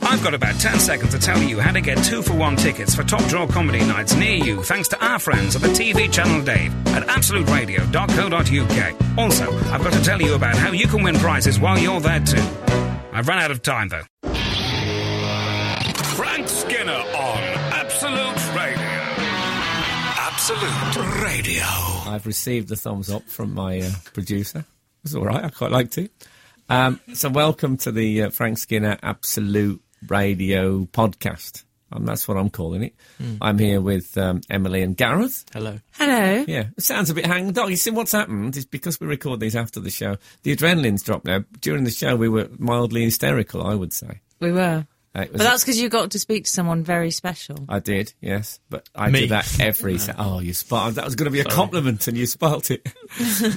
I've got about 10 seconds to tell you how to get two for one tickets for top draw comedy nights near you thanks to our friends at the TV channel Dave at absoluteradio.co.uk. Also, I've got to tell you about how you can win prizes while you're there too. I've run out of time though. Frank Skinner on Absolute Radio. Absolute Radio. I've received the thumbs up from my uh, producer. It's all right. I quite like to. Um, so, welcome to the uh, Frank Skinner Absolute Radio podcast. Um, that's what I'm calling it. I'm here with um, Emily and Gareth. Hello. Hello. Yeah, it sounds a bit hanged dog. You see, what's happened is because we record these after the show, the adrenaline's dropped now. During the show, we were mildly hysterical, I would say. We were. Uh, it was- But that's because you got to speak to someone very special. I did, yes, but I Me. do that every. Sa- oh, you spot that was going to be a compliment, and you spoilt it.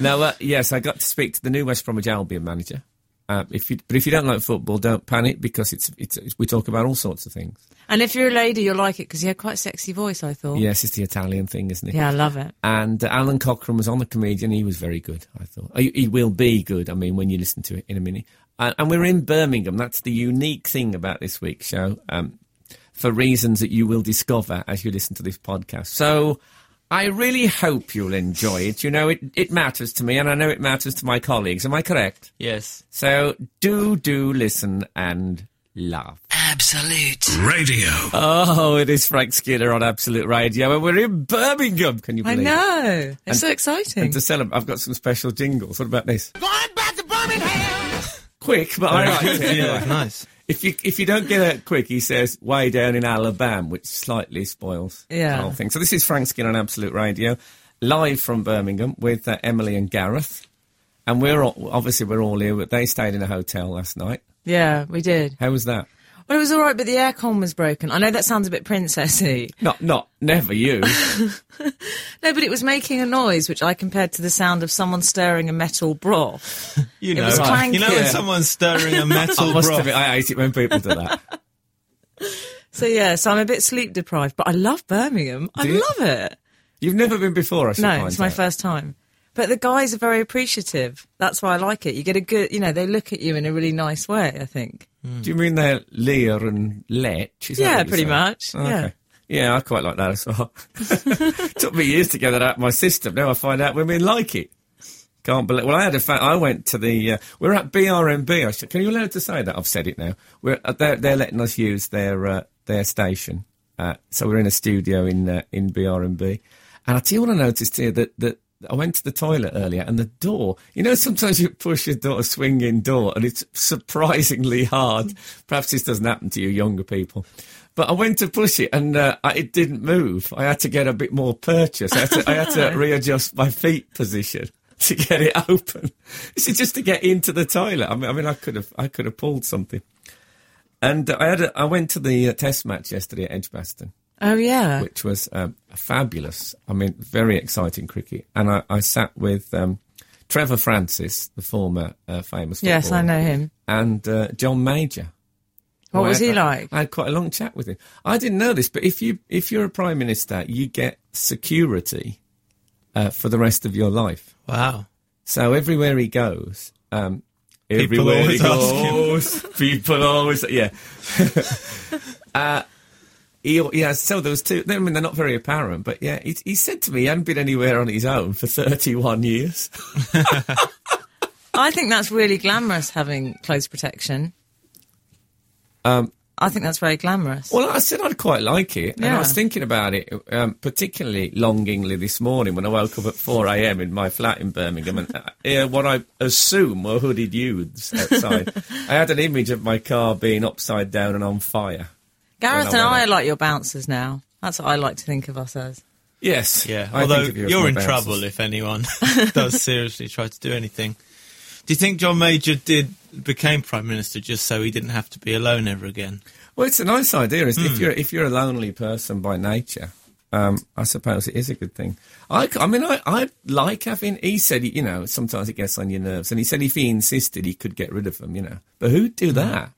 now, uh, yes, I got to speak to the new West Bromwich Albion manager. Uh, if you, but if you don't like football, don't panic because it's, it's, it's we talk about all sorts of things. And if you're a lady, you'll like it because you had quite a sexy voice, I thought. Yes, it's the Italian thing, isn't it? Yeah, I love it. And uh, Alan Cochrane was on the comedian. He was very good, I thought. He, he will be good, I mean, when you listen to it in a minute. Uh, and we're in Birmingham. That's the unique thing about this week's show um, for reasons that you will discover as you listen to this podcast. So I really hope you'll enjoy it. You know, it, it matters to me, and I know it matters to my colleagues. Am I correct? Yes. So do, do listen and laugh. Absolute. Radio. Oh, it is Frank Skinner on Absolute Radio, and we're in Birmingham. Can you I believe it? know. It's so And exciting. to celebrate, I've got some special jingles. What about this? Going back to Birmingham. Quick, but I like it. Yeah, nice. If you if you don't get it quick, he says way down in Alabama, which slightly spoils Yeah. the whole thing. So this is Frank Skin on Absolute Radio, live from Birmingham with uh, Emily and Gareth, and we're all, obviously we're all here. But they stayed in a hotel last night. Yeah, we did. How was that? Well, it was all right, but the aircon was broken. I know that sounds a bit princessy. Not not never you. No, but it was making a noise, which I compared to the sound of someone stirring a metal broth. You know, was you know when clanky. someone's stirring a metal I must broth. admit, I hate it when people do that. So, yeah, so I'm a bit sleep deprived, but I love Birmingham. I Do you? love it. You've never been before, I should No, find it's my out. first time. But the guys are very appreciative. That's why I like it. You get a good, you know, they look at you in a really nice way, I think. Do you mean they're leer and lech? Is that Yeah, what you pretty say? much, Oh, yeah. Okay. Yeah, I quite like that as well. Took me years to get that out of my system. Now I find out women like it. Can't believe. Well, I had a fact. I went to the. Uh, we're at BRMB. I should, can you allow to say that? I've said it now. We're uh, they're, they're letting us use their uh, their station. Uh, so we're in a studio in uh, in BRMB, and I tell you what I noticed here that that. I went to the toilet earlier and the door, you know, sometimes you push your door, a swinging door, and it's surprisingly hard. Perhaps this doesn't happen to you younger people. But I went to push it and uh, I- it didn't move. I had to get a bit more purchase. I had to, I had to readjust my feet position to get it open. This is just to get into the toilet. I mean, I mean, I could have, I could have pulled something. And uh, I had, a, I went to the uh, test match yesterday at Edgbaston, Oh, yeah. which was um, fabulous. I mean, very exciting cricket. And I, I sat with um, Trevor Francis, the former uh, famous. Yes, I footballer, know him. And uh, John Major. What Well, was I- he like? I had quite a long chat with him. I didn't know this, but if you if you're a prime minister, you get security uh, for the rest of your life. Wow. So everywhere he goes, um, People everywhere he always ask him. goes, people always yeah. uh, he, yeah, so there was two. I mean, they're not very apparent, but yeah, he, he said to me he hadn't been anywhere on his own for 31 years. I think that's really glamorous having close protection. Um, I think that's very glamorous. Well, I said I'd quite like it, and I Yeah. was thinking about it, um, particularly longingly this morning when I woke up at 4 a.m. in my flat in Birmingham and uh, hear what I assume were hooded youths outside. I had an image of my car being upside down and on fire. Gareth well, and no, I well, are like your bouncers now. That's what I like to think of us as. Yes. Yeah. I Although think of you as you're my in bouncers. trouble if anyone does seriously try to do anything. Do you think John Major did became prime minister just so he didn't have to be alone ever again? Well, it's a nice idea. Is Hmm. if you're if you're a lonely person by nature, um, I suppose it is a good thing. I, c- I mean, I, I like having. He said, you know, Hmm. sometimes it gets on your nerves, and he said if he insisted, he could get rid of them. You know, but who'd do that?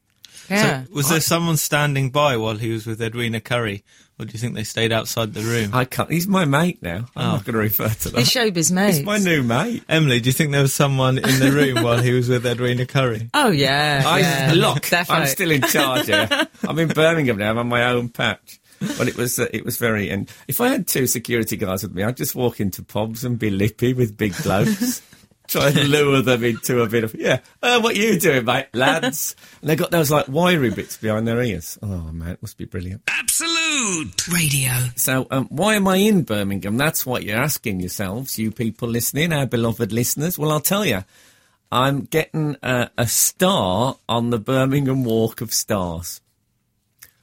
Yeah. So was there someone standing by while he was with Edwina Curry, or do you think they stayed outside the room? I can't. He's my mate now. Ah. I'm not going to refer to that. He's showbiz mates. He's my new mate. Emily, do you think there was someone in the room while he was with Edwina Curry? oh yeah. I yeah. look. I'm Definitely. still in charge here. I'm in Birmingham now. I'm on my own patch. But it was uh, it was very. And if I had two security guards with me, I'd just walk into pubs and be lippy with big blokes. Try and lure them into a bit of yeah. Uh, what you doing, mate, lads? And they got those like wiry bits behind their ears. Oh man, it must be brilliant. Absolute. Radio. So, um, why am I in Birmingham? That's what you're asking yourselves, you people listening, our beloved listeners. Well, I'll tell you, I'm getting a, a star on the Birmingham Walk of Stars.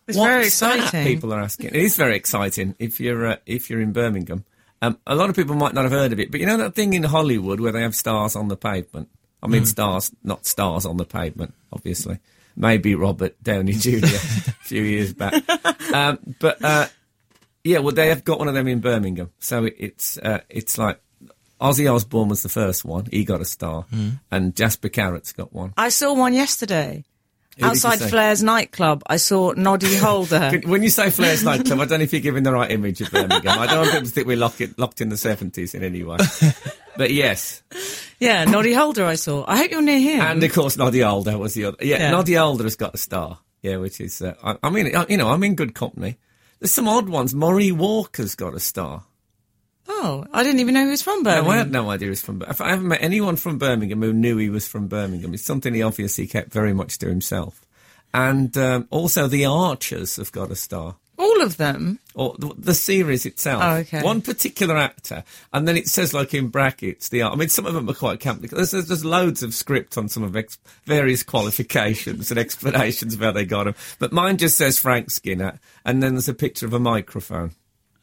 It's What's very that, exciting. people are asking. It is very exciting if you're uh, if you're in Birmingham. Um, a lot of people might not have heard of it, but you know that thing in Hollywood where they have stars on the pavement. I Mm. mean, stars, not stars on the pavement, obviously. Maybe Robert Downey Jr. a few years back, um, but uh, yeah, well, they have got one of them in Birmingham, so it, it's uh, it's like. Ozzy Osbourne was the first one. He got a star, and Jasper Carrot's got one. I saw one yesterday did you outside see? Flair's nightclub. I saw Noddy Holder. When- When you say Flair's nightclub, I don't know if you're giving the right image of Birmingham. I don't want people to think we're locked in, locked in the 70s in any way. But yes. yeah, Noddy Holder. I saw. I hope you're near him. And of course, Noddy Alder was the other. Yeah, Yeah. Noddy Alder has got a star. Yeah, which is, uh, I, I mean, I, you know, I'm in good company. There's some odd ones. Maury Walker's got a star. oh, I didn't even know he was from No, I Birmingham. had no idea he was from Bir- I haven't met anyone from Birmingham who knew he was from Birmingham. It's something he obviously kept very much to himself. And um, also, the Archers have got a star. All of them. or the, the series itself. Oh, okay. One particular actor, and then it says like in brackets the. I mean, some of them are quite complicated. There's, there's, there's loads of script on some of ex, various qualifications and explanations of how they got them. But mine just says Frank Skinner, and then there's a picture of a microphone.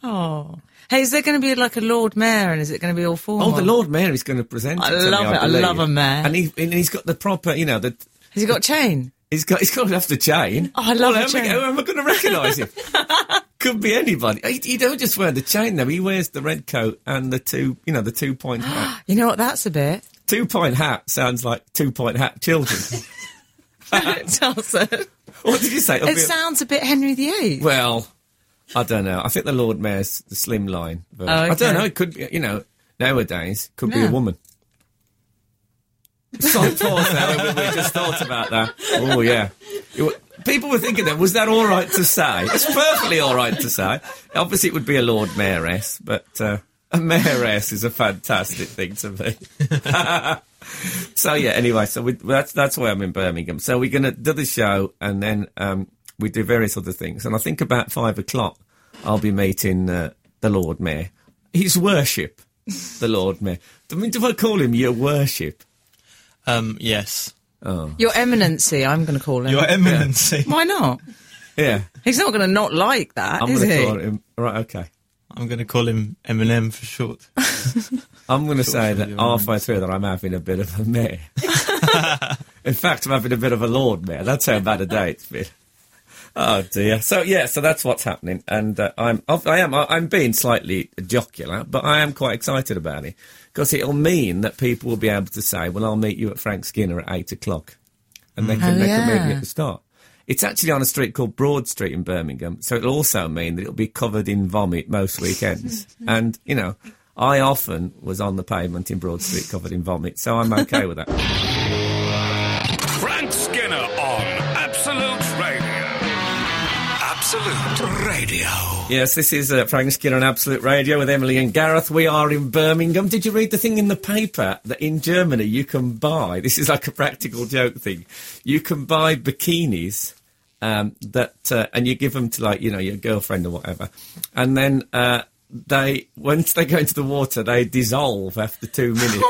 Oh. Hey, is there going to be like a Lord Mayor, and is it going to be all formal? Oh, the Lord Mayor is going to present. I it to love me, it. I believe. love a mayor. and he and he's got the proper, you know, the Has he got a chain? He's got he's got enough to chain. Oh, I Well, love the how am I- chain. How am I going to recognise him? Could be anybody. He, he don't just wear the chain though. He wears the red coat and the two, you know, the two point hat. You know what? That's a bit. two point hat sounds like two point hat children. it doesn't. what did you say? It'll It be a- sounds a bit Henry VIII. well, I don't know. I think the Lord Mayor's the slimline. version. Oh, I don't okay. know. It could be, you know, nowadays could be No. a woman. Some pause there. We, we just thought about that. Oh yeah. It wa- People were thinking that was that all right to say? It's perfectly all right to say. Obviously, it would be a Lord Mayoress, but uh, a Mayoress is a fantastic thing to me. so yeah. Anyway, so we, that's that's why I'm in Birmingham. So we're gonna do the show, and then um, we do various other things. And I think about five o'clock, I'll be meeting uh, the Lord Mayor, His Worship, the Lord Mayor. I mean, do I call him Your Worship? Um, yes. Your Eminency, I'm going to call him. Your E- Eminency. Why not? Yeah, He's not going to not like that, I'm is gonna he? call him. Right, okay. I'm going to call him Eminem for short. I'm going to say for that your halfway through that I'm having a bit of a mare. In fact, I'm having a bit of a lord mare. That's how bad a day it's been. Oh dear. So yeah, so that's what's happening, and uh, I'm I am I- I'm being slightly jocular, but I am quite excited about it because it'll mean that people will be able to say, "Well, I'll meet you at Frank Skinner at eight o'clock," and they can Oh, they can meet me yeah. at the start. It's actually on a street called Broad Street in Birmingham, so it'll also mean that it'll be covered in vomit most weekends. and you know, I often was on the pavement in Broad Street covered in vomit, so I'm okay with that. Frank Skinner on Absolute Radio. Absolute Radio. Yes, this is uh, Frank Skinner on Absolute Radio with Emily and Gareth. We are in Birmingham. Did you read the thing in the paper that in Germany you can buy? This is like a practical joke thing. You can buy bikinis um, that, uh, and you give them to like you know your girlfriend or whatever, and then uh, they once they go into the water they dissolve after two minutes.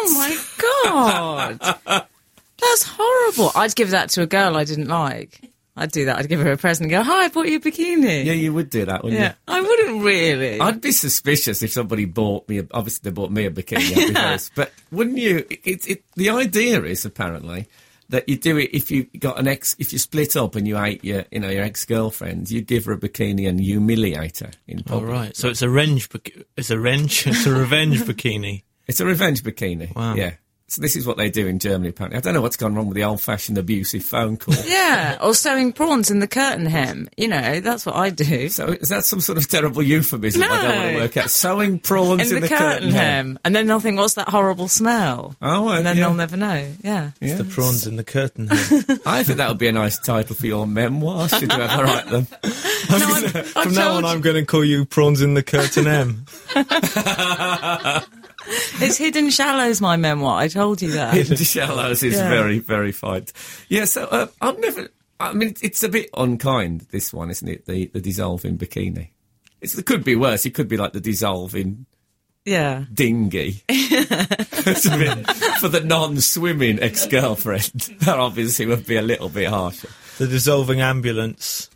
Oh my god, that's horrible! I'd give that to a girl I didn't like. I'd do that. I'd give her a present and go, "Hi, I bought you a bikini." Yeah, you would do that, wouldn't you? Yeah. I wouldn't really. I'd be suspicious if somebody bought me. A, obviously, they bought me a bikini. I'd be very- but wouldn't you? It, it, it, the idea is apparently that you do it if you got an ex, if you split up and you hate your, you know, your ex girlfriend, you give her a bikini and humiliate her in All public. right. So it's a revenge. Bik- it's a wrench. It's a revenge bikini. It's a revenge bikini. Wow. Yeah. So this is what they do in Germany, apparently. I don't know what's gone wrong with the old-fashioned abusive phone call. Yeah, or sewing prawns in the curtain hem. You know, that's what I do. So is that some sort of terrible euphemism? I don't want to No. work out. Sewing prawns in the, curtain hem. And then they'll think, what's that horrible smell? Oh, well, and then yeah. they'll never know. Yeah. The prawns in the curtain. here. I think that would be a nice title for your memoir, should you ever write them. No, I'm, I've From now on, told I'm going to call you prawns in the curtain M. you, it's Hidden Shallows, my memoir. I told you that. Hidden Shallows is Yeah. very, very fine. Yeah, so uh, I've never. I mean, it's a bit unkind, this one, isn't it? The the dissolving bikini. It's, it could be worse. It could be like the dissolving yeah. dinghy. It's a bit- for the non-swimming ex-girlfriend, that obviously would be a little bit harsher. The dissolving ambulance.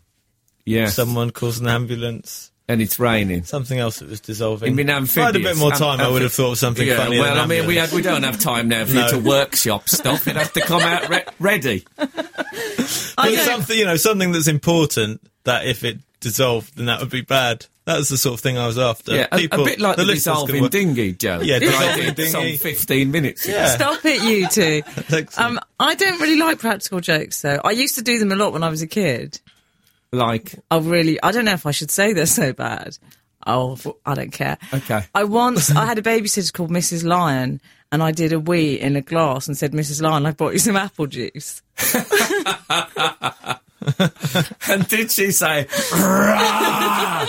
Yeah, Someone calls an ambulance. and it's raining. Something else that was dissolving. I mean, if I had a amphibious. bit more Am- time, I would have amphi- thought of something Yeah, funny. well, I mean, we, had, we don't have time now for you No. to workshop stuff. You'd have to come out re- ready. I don't- something, you know, something that's important. That if it dissolved, then that would be bad. That was the sort of thing I was after. Yeah, a, a People- bit like the, listeners can dissolving work- dinghy, Joe. Yeah, that I dissolving did some dinghy. 15 minutes ago. Yeah. Stop it, you two. Excellent. Um, I don't really like practical jokes, though. I used to do them a lot when I was a kid. Like, I really, I don't know if I should say they're so bad. Oh, f- I don't care. Okay. I once, I had a babysitter called Mrs. Lion, and I did a wee in a glass and said, Mrs. Lion, I brought you some apple juice. and did she say, "Rah!"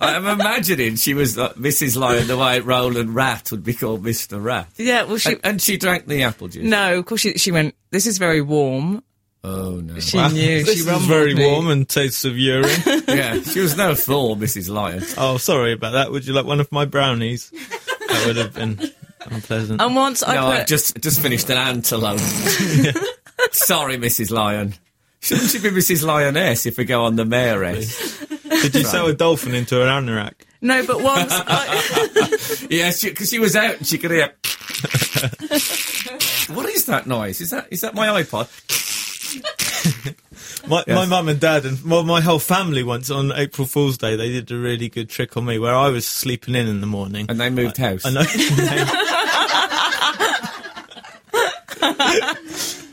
I'm imagining she was like Mrs. Lion, the way Roland Rat would be called Mr. Rat. Yeah, well, she, And, and she drank the apple juice. no, of course, she, she went, This is very warm. Oh, no. She knew. This she is rumbled very me. warm and tastes of urine. yeah, she was no fool, Mrs. Lion. oh, sorry about that. Would you like one of my brownies? That would have been unpleasant. And once I No, put, I've just, just finished an antelope. Sorry, Mrs. Lion. Shouldn't she be Mrs. Lioness if we go on the mayoress? Did you sell a dolphin into an anorak? no, but once I, Yes, because she was out and she could hear. what is that noise? Is that is that my iPod? My, my mum and dad and well, my whole family once on April Fool's Day, they did a really good trick on me where I was sleeping in in the morning. And they moved house. I know.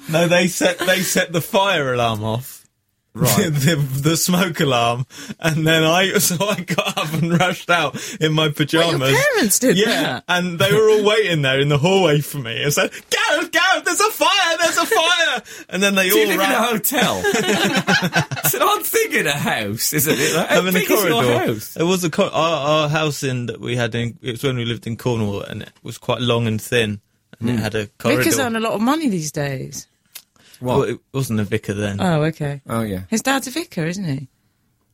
no, they set they set the fire alarm off. Right. the, the smoke alarm, and then I so I got up and rushed out in my pajamas. parents did yeah, that? and they were all waiting there in the hallway for me. I said, "Gareth, Gareth, there's a fire, there's a fire!" And then they Do you all live in a ran. hotel? it's an odd thing in a house, isn't it? Like, how I'm in the big is your corridor. house? It was a cor- our, our house in that we had in. It was when we lived in Cornwall, and it was quite long and thin, and Hmm. it had a corridor. Vickers earn a lot of money these days. Well, it wasn't a vicar then. Oh, okay. Oh yeah, His dad's a vicar, isn't he?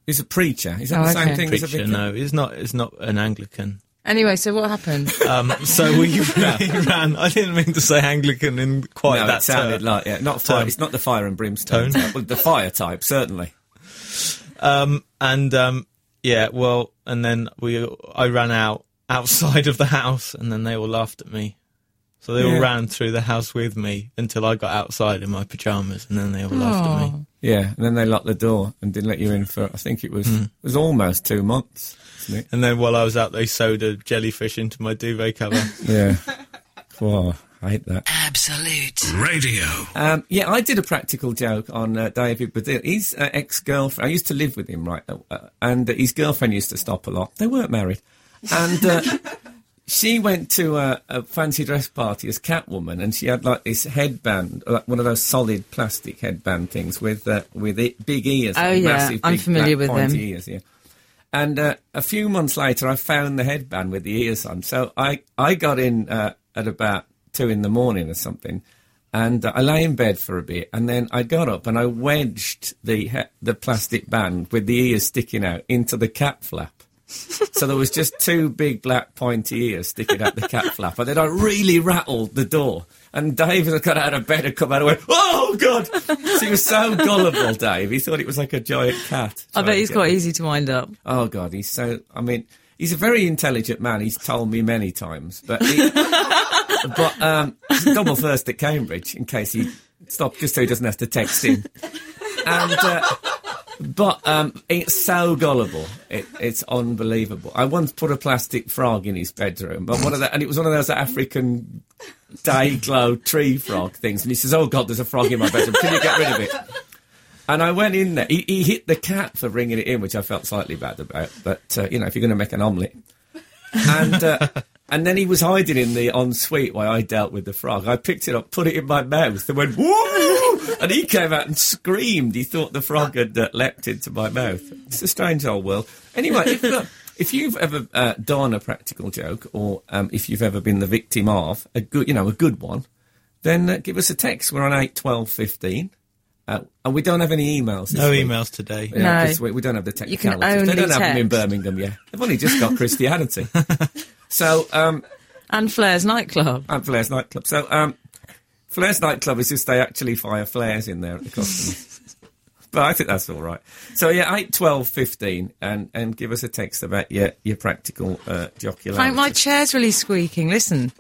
he's a preacher. Is that Oh, the same okay. thing as a Preacher, vicar? no, it's not. It's not an Anglican. Anyway, so what happened? Um, so we ran. I didn't mean to say Anglican in quite No, that it sounded term. like yeah, not fire. term. It's not the fire and brimstone. uh, Tone. type. Well, the fire type certainly. Um, and um, yeah, well, and then we, I ran out outside of the house, and then they all laughed at me. So they Yeah. all ran through the house with me until I got outside in my pajamas, and then they all laughed at me. Yeah, and then they locked the door and didn't let you in for I think it was Hmm. it was almost two months. Isn't it? And then while I was out, they sewed a jellyfish into my duvet cover. Yeah. Wow, I hate that. Absolute. Radio. Um, yeah, I did a practical joke on uh, David Badil. His uh, ex girlfriend, I used to live with him, right? uh, Uh, and his girlfriend used to stop a lot. They weren't married. And uh, she went to a, a fancy dress party as Catwoman, and she had like this headband, like one of those solid plastic headband things with uh, with it, big ears. Oh, like yeah, massive, I'm big, familiar black with pointy them. Ears, yeah. And uh, a few months later, I found the headband with the ears on. So I, I got in uh, at about two in the morning or something, and I lay in bed for a bit, and then I got up and I wedged the he- the plastic band with the ears sticking out into the cap flap. so there was just two big black pointy ears sticking out the cap flap, and then I really rattled the door. And Dave had got out of bed and come out and went, "Oh God!" So he was so gullible, Dave. He thought it was like a giant cat. I bet trying he's to get quite easy to wind up. Oh God, he's so. I mean, he's a very intelligent man. He's told me many times, but he, but um, he's double first at Cambridge in case he stopped, just so he doesn't have to text him. And uh, but um, it's so gullible, it, it's unbelievable. I once put a plastic frog in his bedroom, but one of the, and it was one of those African day glow tree frog things. And he says, Oh God, there's a frog in my bedroom. Can you get rid of it? And I went in there. He, he hit the cat for bringing it in, which I felt slightly bad about. But, uh, you know, if you're going to make an omelette. And. Uh, And then he was hiding in the ensuite while I dealt with the frog. I picked it up, put it in my mouth, and went, woo! And he came out and screamed. He thought the frog had uh, leapt into my mouth. It's a strange old world. Anyway, if, look, if you've ever uh, done a practical joke, or um, if you've ever been the victim of a good, you know, a good one, then uh, give us a text. We're on eight twelve fifteen, uh, and we don't have any emails. this No week. emails today. Yeah, No. this week we don't have the You technicalities. can they only don't have them in text. Birmingham, yeah. They've only just got Christianity. so, um, And Flair's nightclub. and Flair's nightclub. So, um, Flair's nightclub is just they actually fire flares in there at the costumes. but I think that's all right. So yeah, eight, twelve, fifteen, and and give us a text about your your practical uh, jocularity. Frank, my chair's really squeaking. Listen.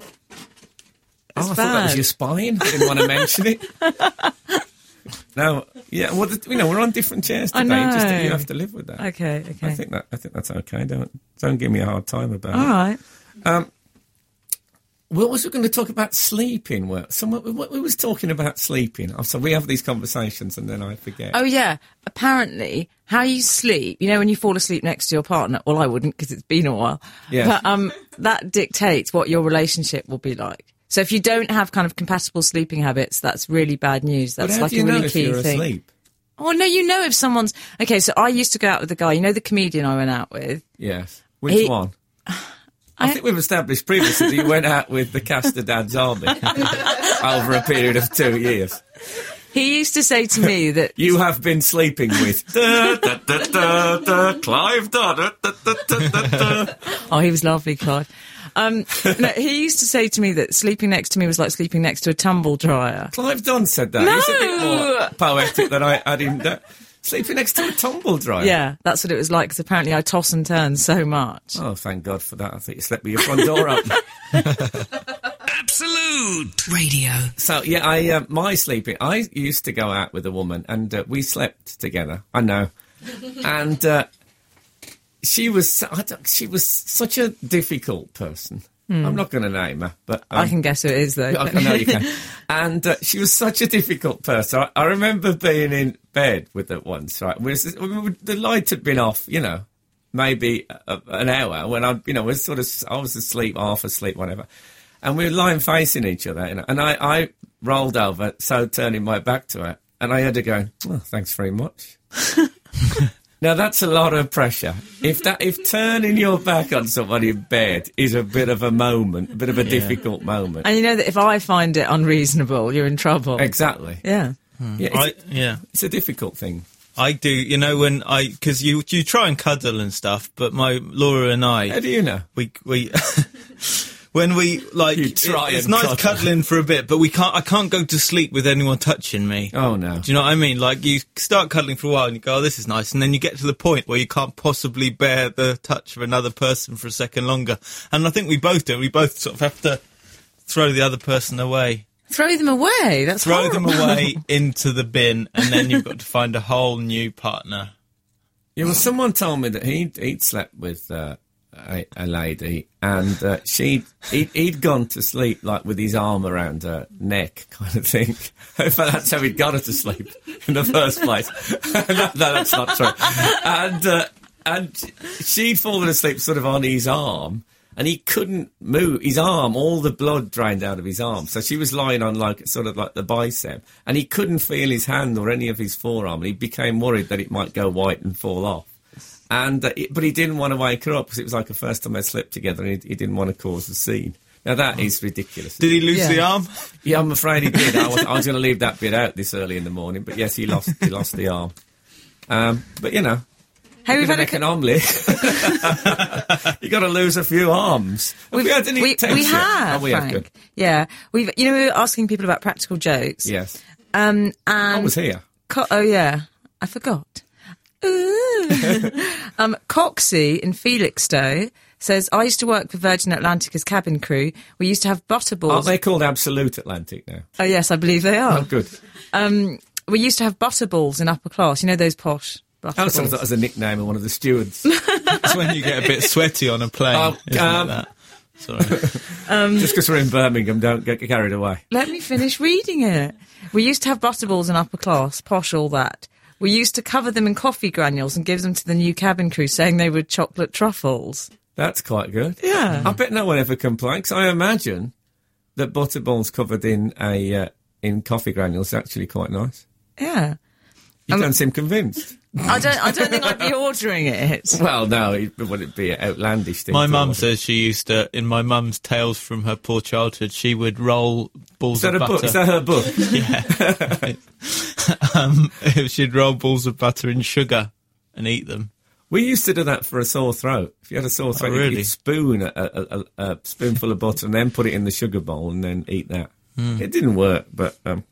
oh, I thought that was bad. your spine. I didn't want to mention it. No, yeah, well, th- you know, we're on different chairs I today. Just that know. you have to live with that. Okay, okay. Ah. I think that I think that's okay. Don't don't give me a hard time about All it. right. What was we going to talk about sleeping? Well, someone we, we was talking about sleeping. Oh, so we have these conversations and then I forget. Oh, yeah. Apparently, how you sleep, you know, when you fall asleep next to your partner, well, I wouldn't because it's been a while. Yeah. But um, that dictates what your relationship will be like. So if you don't have kind of compatible sleeping habits, that's really bad news. but That's how like do you a know really if key you're thing. asleep? Oh no, you know if someone's okay. So I used to go out with the guy, you know, the comedian I went out with. Yes. Which He- one? I, think we've established previously that you went out with the Castor Dad's Army over a period of two years. He used to say to me that You have been sleeping with da, da, da, da, da, Clive Dodd. da, da, da, da, da, da. Oh, he was lovely, Clive. Um, no, he used to say to me that sleeping next to me was like sleeping next to a tumble dryer. Clive Dunn said that. He's a bit more poetic than I had him. Da- sleeping next to a tumble dryer. Yeah, that's what it was like because apparently I toss and turn so much. Oh, thank God for that. I think you slept with your front door open. Absolute. Radio. So yeah, I uh, my sleeping. I used to go out with a woman, and uh, we slept together. I know, and uh, she was so- I don't- she was such a difficult person. I'm not going to name her, but um, Hmm. I can guess who it is though. I can- no, you can. And uh, she was such a difficult person. I, I remember being in bed with her once, right? We was, we were- the light had been off, you know, maybe a, an hour when I, you know, was sort of, I was asleep, half asleep, whatever. And we were lying facing each other, you know, and I, I rolled over, so turning my back to her, and I heard her going, "Well, thanks very much." Now that's a lot of pressure. If that, if turning your back on somebody in bed is a bit of a moment, a bit of a difficult moment. and you know that if I find it unreasonable, you're in trouble. Exactly. yeah. Yeah, it's, I, yeah. it's a difficult thing. I do, you know, when I because you you try and cuddle and stuff, but my Laura and How I do you know? we we when we like You try it- it's and nice cuddle. cuddling for a bit, but we can't I can't go to sleep with anyone touching me. Oh no. Do you know what I mean? Like you start cuddling for a while and you go, oh, this is nice, and then you get to the point where you can't possibly bear the touch of another person for a second longer. And I think we both do. We both sort of have to throw the other person away, Throw them away. That's throw horrible. them away into the bin, and then you've got to find a whole new partner. Yeah, well, someone told me that he he'd slept with uh, a, a lady, and uh, she he'd, he'd gone to sleep like with his arm around her neck, kind of thing. In fact, that's how he'd got her to sleep in the first place. no, no, that's not true. And uh, and she'd fallen asleep sort of on his arm. And he couldn't move his arm; all the blood drained out of his arm. So she was lying on like sort of like the bicep, and he couldn't feel his hand or any of his forearm. And he became worried that it might go white and fall off. And uh, it, but he didn't want to wake her up because it was like the first time they slept together, and he, he didn't want to cause a scene. Now that is ridiculous. Did he lose Yeah. the arm? Yeah, I'm afraid he did. I was, I was going to leave that bit out this early in the morning, but yes, he lost he lost the arm. Um, but you know, Hey, we we've had a make an omelette. you got to lose a few arms. Have we had any we, texts we yet? have, Oh, we Frank. have good. Yeah, we've. You know, we were asking people about practical jokes. Yes, Um, and I was here. Co- oh yeah, I forgot. Ooh. um, Coxie in Felixstowe says, "I used to work for Virgin Atlantic as cabin crew. We used to have Aren't butterballs. they called Absolute Atlantic now? Oh yes, I believe they Oh, are. Um, good. We used to have butterballs in upper class. You know those posh I was thought butterballs. that was a nickname of one of the stewards. That's when you get a bit sweaty on a plane. Oh, isn't it, um, that? Sorry. Just because we're in Birmingham, don't get carried away. Let me finish reading it. We used to have butterballs in upper class, posh, all that. We used to cover them in coffee granules and give them to the new cabin crew, saying they were chocolate truffles. That's quite good. Yeah. I bet no one ever complains. I imagine that butterballs covered in a uh, in coffee granules is actually quite nice. Yeah. You Um, don't seem convinced. I don't. I don't think I'd be ordering it. Well, no, it wouldn't be an outlandish thing. My to mum order. says she used to, in my mum's tales from her poor childhood, she would roll Is balls that a of butter. book? Is that her book? um, she'd roll balls of butter in sugar and eat them. we used to do that for a sore throat. If you had a sore throat, really? you'd spoon a, a, a, a spoonful of butter and then put it in the sugar bowl and then eat that. It didn't work, but um,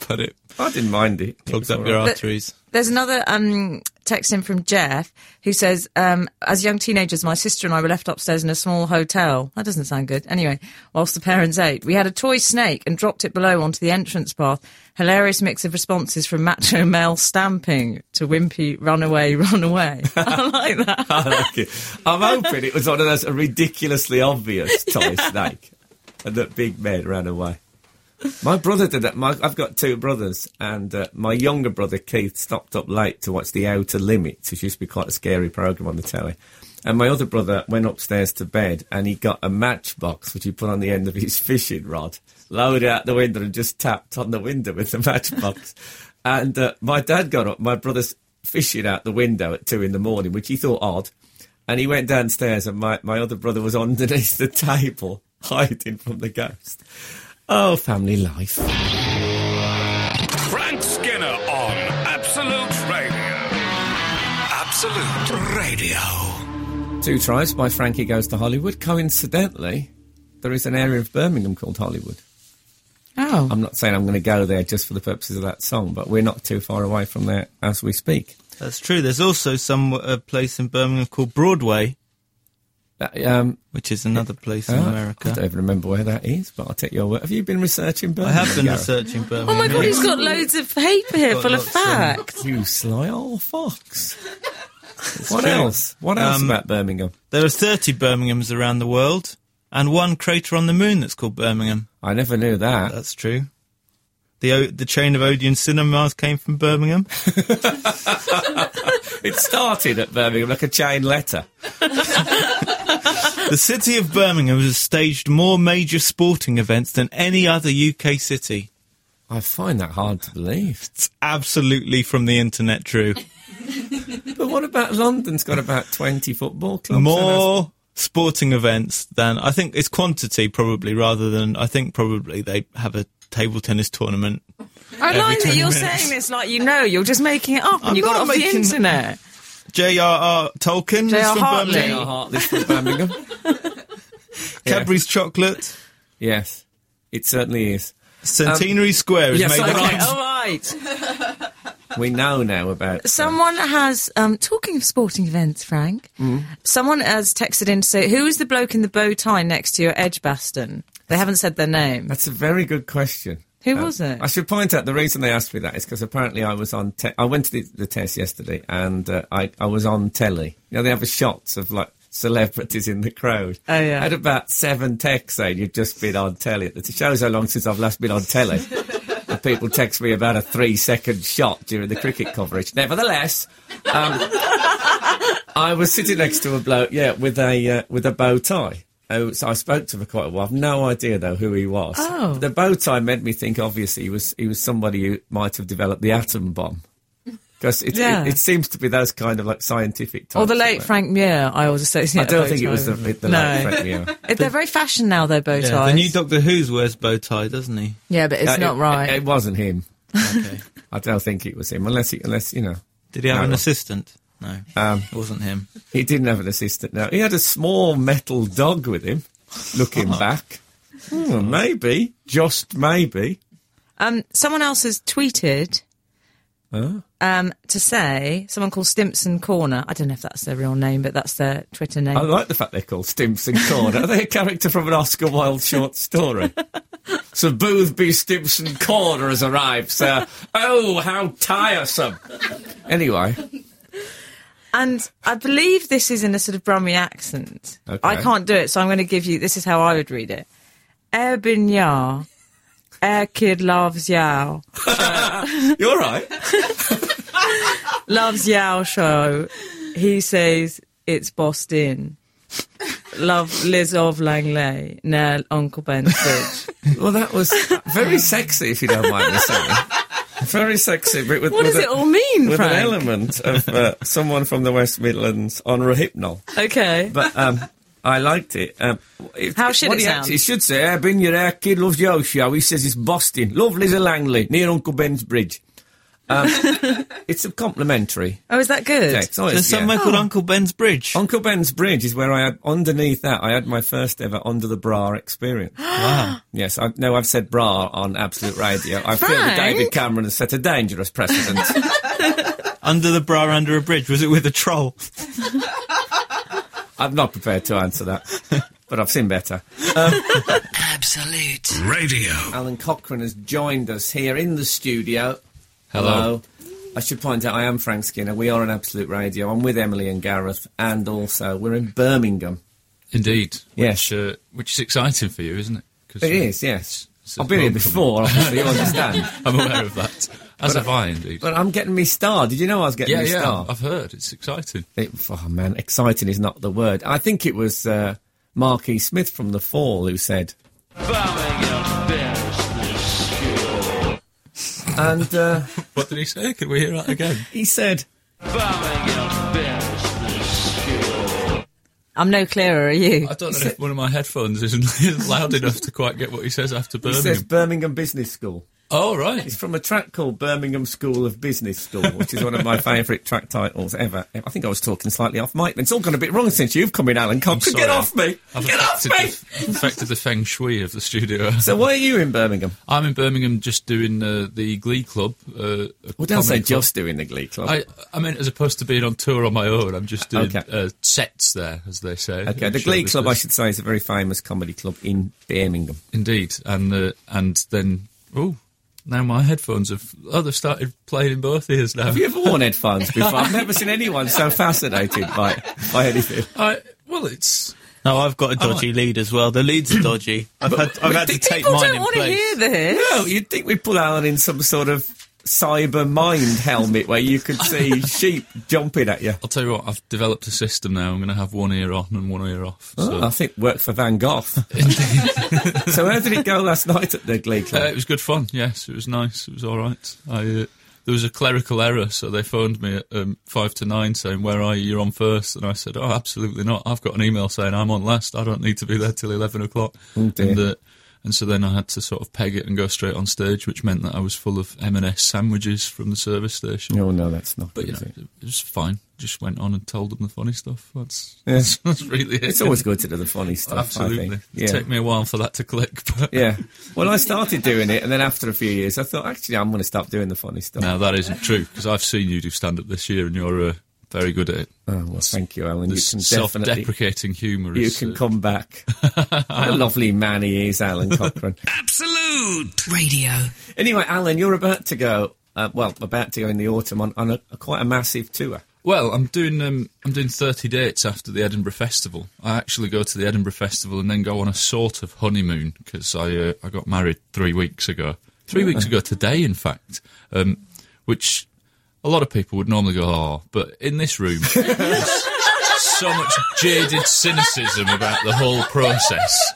Put it I didn't mind it. It was plugs up all your right. arteries. There's another um, text in from Jeff who says, um, "As young teenagers, my sister and I were left upstairs in a small hotel. That doesn't sound good. Anyway, whilst the parents ate, we had a toy snake and dropped it below onto the entrance path. Hilarious mix of responses from macho male stamping to wimpy runaway, runaway. I like that. I like it. I'm hoping it was one of those ridiculously obvious toy snake, and that big man ran away. My brother did that. My, I've got two brothers, and uh, my younger brother Keith stopped up late to watch The Outer Limits, which used to be quite a scary program on the telly. And my other brother went upstairs to bed, and he got a matchbox which he put on the end of his fishing rod, lowered it out the window, and just tapped on the window with the matchbox. and uh, my dad got up. My brother's fishing out the window at two in the morning, which he thought odd. And he went downstairs, and my, my other brother was underneath the table, hiding from the ghost. Oh, family life. Frank Skinner on Absolute Radio. Absolute Radio. Two Tribes by Frankie Goes to Hollywood. Coincidentally, there is an area of Birmingham called Hollywood. Oh, I'm not saying I'm going to go there just for the purposes of that song, but we're not too far away from there as we speak. That's true. There's also some uh, place in Birmingham called Broadway, Uh, um, which is another place in uh, I don't America. even remember where that is, but I'll take your word. Have you been researching I Birmingham? have been Gareth? researching Birmingham. oh my God! yeah. He's got loads of paper here Got full of lots, um, facts. You sly old fox. what true. else? What else Um, about Birmingham? There are 30 Birminghams around the world, and one crater on the moon that's called Birmingham. I never knew that. That's true. The o- the chain of Odeon cinemas came from Birmingham. It started at Birmingham like a chain letter. the city of Birmingham has staged more major sporting events than any other UK city. I find that hard to believe. It's absolutely from the internet true. But what about London's got about 20 football clubs? more sporting events than I think it's quantity probably rather than I think probably they have a table tennis tournament. I like that 20 you're minutes. saying this like you know. You're just making it up, and I'm you got it not off the making- internet. J.R.R. Tolkien is J.R. from Hartley. Birmingham. Our heart is from Birmingham. Cadbury's chocolate. Yes, it certainly is. Centenary Square is yes, made I up. Um, Right. Okay, all right. We know now about. Someone has, um, talking of sporting events, Frank, Mm. someone has texted in to say, who is the bloke in the bow tie next to you at Edgbaston? They haven't said their name. That's a very good question. Uh, Who was it? I should point out the reason they asked me that is because apparently I was on. Te- I went to the, the test yesterday and uh, I I was on telly. You know they have a shots of like celebrities in the crowd. Oh, yeah. I had about seven texts saying you've just been on telly. It shows how long since I've last been on telly. And people text me about a three second shot during the cricket coverage. Nevertheless, um, I was sitting next to a bloke, yeah, with a uh, with a bow tie. Oh, so I spoke to him for quite a while. I've no idea though who he was. Oh. The bow tie made me think. Obviously, he was he was somebody who might have developed the atom bomb because it, Yeah. it, it seems to be those kind of like scientific. or types the that late were- Frank Muir, I always associate. I don't the think it bow was the, tie the with. the no. late Frank Muir. It- They're very fashion now, though, bow Yeah, ties. the new Doctor Who's wears bow tie, doesn't he? yeah, but it's Uh, not it- right. It, it wasn't him. Okay. I don't think it was him, unless he, unless you know Did he have No. Um, an assistant? No, it wasn't him. he didn't have an assistant. Now he had a small metal dog with him. Looking Ah. back, Hmm, maybe just maybe. um, someone else has tweeted um, to say, someone called Stimpson Corner. I don't know if that's their real name, but that's their Twitter name. I like the fact they're called Stimson Corner. Are they a character from an Oscar Wilde short story? Sir Boothby Stimson Corner has arrived, sir. Oh, how tiresome. Anyway, And I believe this is in a sort of Brummie accent. Okay. I can't do it, so I'm going to give you this is how I would read it. Erbin ya. Er kid loves yao. You're right. Loves yao show. He says it's Boston. Love Liz of Langley. Nell Uncle Benstidge. Well, that was very sexy, if you don't mind me saying. Very sexy, but with, what with a- does it all mean, with an Frank? element of uh, someone from the West Midlands on a hypnol. Okay. But um, I liked it. Um, it- How should what it he sound? actually- It should say, I've been your air kid, loves your show. He says it's Boston. Love Liza Langley, near Uncle Ben's Bridge. Um, it's a complimentary oh, is that good? text. Oh, There's it's- yeah. somewhere called Uncle Ben's Bridge. Uncle Ben's Bridge is where I had, underneath that, I had my first ever under the bra experience. wow. Yes, I know I've said bra on Absolute Radio. I feel that Frank? David Cameron has set a dangerous precedent. Under the bra, under a bridge. Was it with a troll? I'm not prepared to answer that, but I've seen better. Absolute Radio. Alan Cochrane has joined us here in the studio. Hello. I should point out I am Frank Skinner. We are on Absolute Radio. I'm with Emily and Gareth, and also we're in Birmingham. Indeed. Yes. Which, uh, which is exciting for you, isn't it? 'Cause, It uh, is, yes. it's a I've been here problem. before, obviously, you understand. I'm aware of that. As have I, indeed. But I'm getting me star. Did you know I was getting yeah, me yeah. star? I've heard. It's exciting. It, oh man, exciting is not the word. I think it was uh, Mark E. Smith from The Fall who said. And uh, What did he say? Could we hear that again? he said, I'm no clearer, are you? I don't know if one of my headphones isn't isn't loud enough to quite get what he says after he Birmingham. says Birmingham Business School. oh, right. It's from a track called Birmingham School of Business School, which is one of my favourite track titles ever. I think I was talking slightly off mic. It's all gone a bit wrong since you've come in, Alan I'm Cox. sorry. Get off me! I've Get off affected me! the- affected the feng shui of the studio. So why are you in Birmingham? I'm in Birmingham just doing uh, the Glee Club. Uh, a Well, don't say comedy club. just doing the Glee Club. I, I mean, as opposed to being on tour on my own, I'm just doing Okay. uh, sets there, as they say. Okay, in the show Glee Club, I business. should say, is a very famous comedy club in Birmingham. Indeed, and uh, and then oh, now my headphones have oh they've started playing in both ears now. Have you ever worn headphones before? I've never seen anyone so fascinated by by anything. I, well, it's No, I've got a dodgy lead as well. The leads are dodgy. Oh. I've had, I've had to take People mine don't in want to place. hear this. Oh, you'd think we'd pull Alan in some sort of cyber mind helmet where you could see sheep jumping at you. I'll tell you what I've developed a system now. I'm going to have one ear on and one ear off. So. Oh, I think worked for Van Gogh. so how did it go last night at the Glee Uh, Club? it was good fun. Yes, it was nice. It was all right. I uh, there was a clerical error, so they phoned me at um, five to nine saying, "Where are you? You're on first. And I said, "Oh, absolutely not. I've got an email saying I'm on last. I don't need to be there till eleven o'clock." Oh, dear. and, uh, and so then I had to sort of peg it and go straight on stage, which meant that I was full of M&S sandwiches from the service station. No, Oh, no, that's not. But you is know, it? it was fine. Just went on and told them the funny stuff. That's, Yeah. that's really it. It's always good to do the funny stuff. I absolutely. think. It took me a while for that to click, but Yeah. Well, I started doing it, and then after a few years, I thought, actually, I'm going to stop doing the funny stuff. Now that isn't true because I've seen you do stand up this year and you're uh, very good at it. Oh, well, thank you, Alan. The You can definitely. self-deprecating humour. You is, can uh, come back. what a lovely man he is, Alan Cochrane. Absolute. Radio. anyway, Alan, you're about to go. Uh, well, about to go in the autumn on, on a, a quite a massive tour. Well, I'm doing um, I'm doing 30 dates after the Edinburgh Festival. I actually go to the Edinburgh Festival and then go on a sort of honeymoon because I uh, I got married three weeks ago, three weeks ago today, in fact, um, which a lot of people would normally go oh, but in this room. there's So much jaded cynicism about the whole process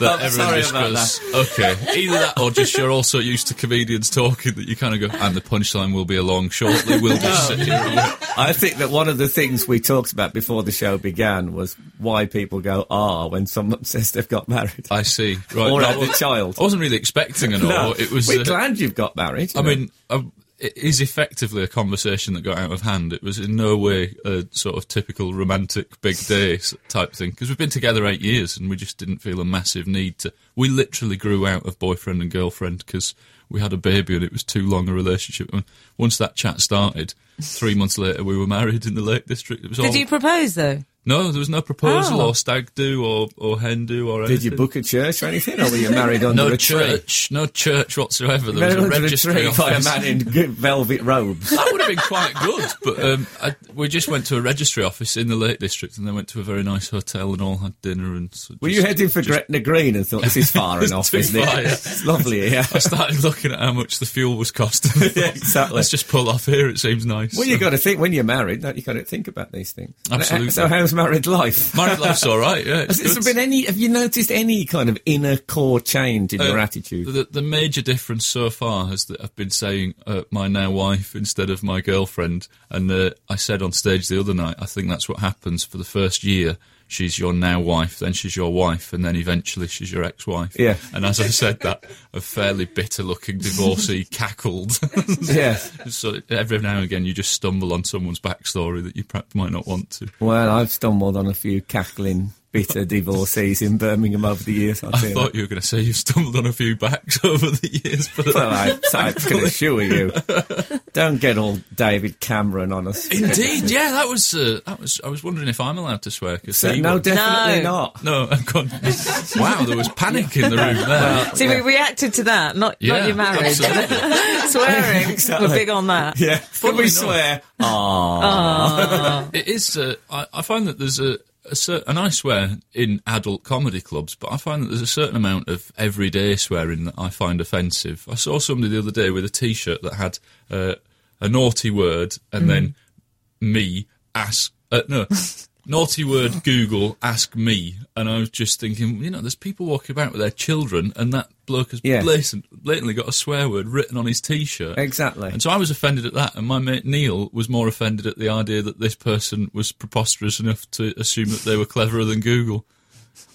that I'm everyone sorry just about goes, okay, either that or just you're also used to comedians talking that you kind of go, and the punchline will be along shortly. We'll just sit here and wait." I think that one of the things we talked about before the show began was why people go ah when someone says they've got married. I see. Right. Or No, had I the wa- child. I wasn't really expecting an or. It was. We're uh, glad you've got married. you I know. mean, uh, it is effectively a conversation that got out of hand. It was in no way a sort of typical romantic big day s- type thing because we've been together eight years and we just didn't feel a massive need to. We literally grew out of boyfriend and girlfriend because we had a baby and it was too long a relationship. And once that chat started, three months later we were married in the Lake District. It was all Did you propose though? No, there was no proposal Oh. or stag do or, or hen do or anything. Did you book a church or anything, or were you married under no a tree? church, no church whatsoever. There Married was a under a registry tree by a office. man in good velvet robes. that would have been quite good, but um, I, we just went to a registry office in the Lake District, and then went to a very nice hotel and all had dinner. And so Were just- you heading for Gretna Green and thought this is far It's enough, too isn't it? far, yeah. It's lovely here. I started looking at how much the fuel was costing. Yeah, exactly. Let's just pull off here. It seems nice. Well, you got to think when you're married. Don't you got to think about these things? Absolutely. So, how's married life? Married life's all right. Yeah, it's Has there good. been any? Have you noticed any kind of inner core change in Uh, your attitude? The, the major difference so far is that I've been saying uh, my now wife instead of my girlfriend, and uh, I said on stage the other night, I think that's what happens for the first year. She's your now wife, then she's your wife, and then eventually she's your ex-wife. Yeah. And as I said that, a fairly bitter-looking divorcee cackled. Yeah. So every now and again, you just stumble on someone's backstory that you perhaps might not want to. Well, I've stumbled on a few cackling, bitter divorcees in Birmingham over the years. I'll I tell you thought you were going to say you've stumbled on a few backs over the years, but that. Well, I, I can assure you, don't get all David Cameron on us. Indeed, yeah, that was uh, that was. I was wondering if I'm allowed to swear because So, no, definitely No. not. no, I've gone. Wow, there was panic in the room there. See, we reacted to that, not, yeah, not your marriage. absolutely. Swearing, Exactly. we're big on that. Yeah, can we not. swear? Ah, it is. Uh, I, I find that there's a, a certain, and I swear in adult comedy clubs, but I find that there's a certain amount of everyday swearing that I find offensive. I saw somebody the other day with a T-shirt that had uh, a naughty word and then me ask uh, no. Naughty word Google, ask me. And I was just thinking, you know, there's people walking about with their children, and that bloke has Yeah. blatant, blatantly got a swear word written on his t shirt. Exactly. And so I was offended at that, and my mate Neil was more offended at the idea that this person was preposterous enough to assume that they were cleverer than Google.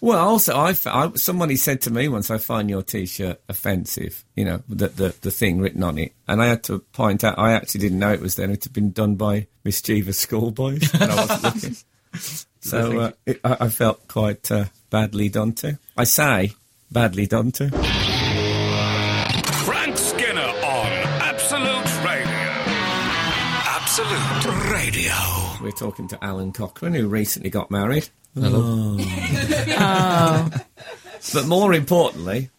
Well, also, I, f- I- somebody said to me once, I find your T-shirt offensive. You know, the, the the thing written on it, and I had to point out I actually didn't know it was there. It had been done by mischievous schoolboys when I wasn't looking. so uh, it, I, I felt quite uh, badly done to. I say badly done to. Frank Skinner on Absolute Radio. Absolute Radio. We're talking to Alan Cochrane, who recently got married. Oh. But more importantly,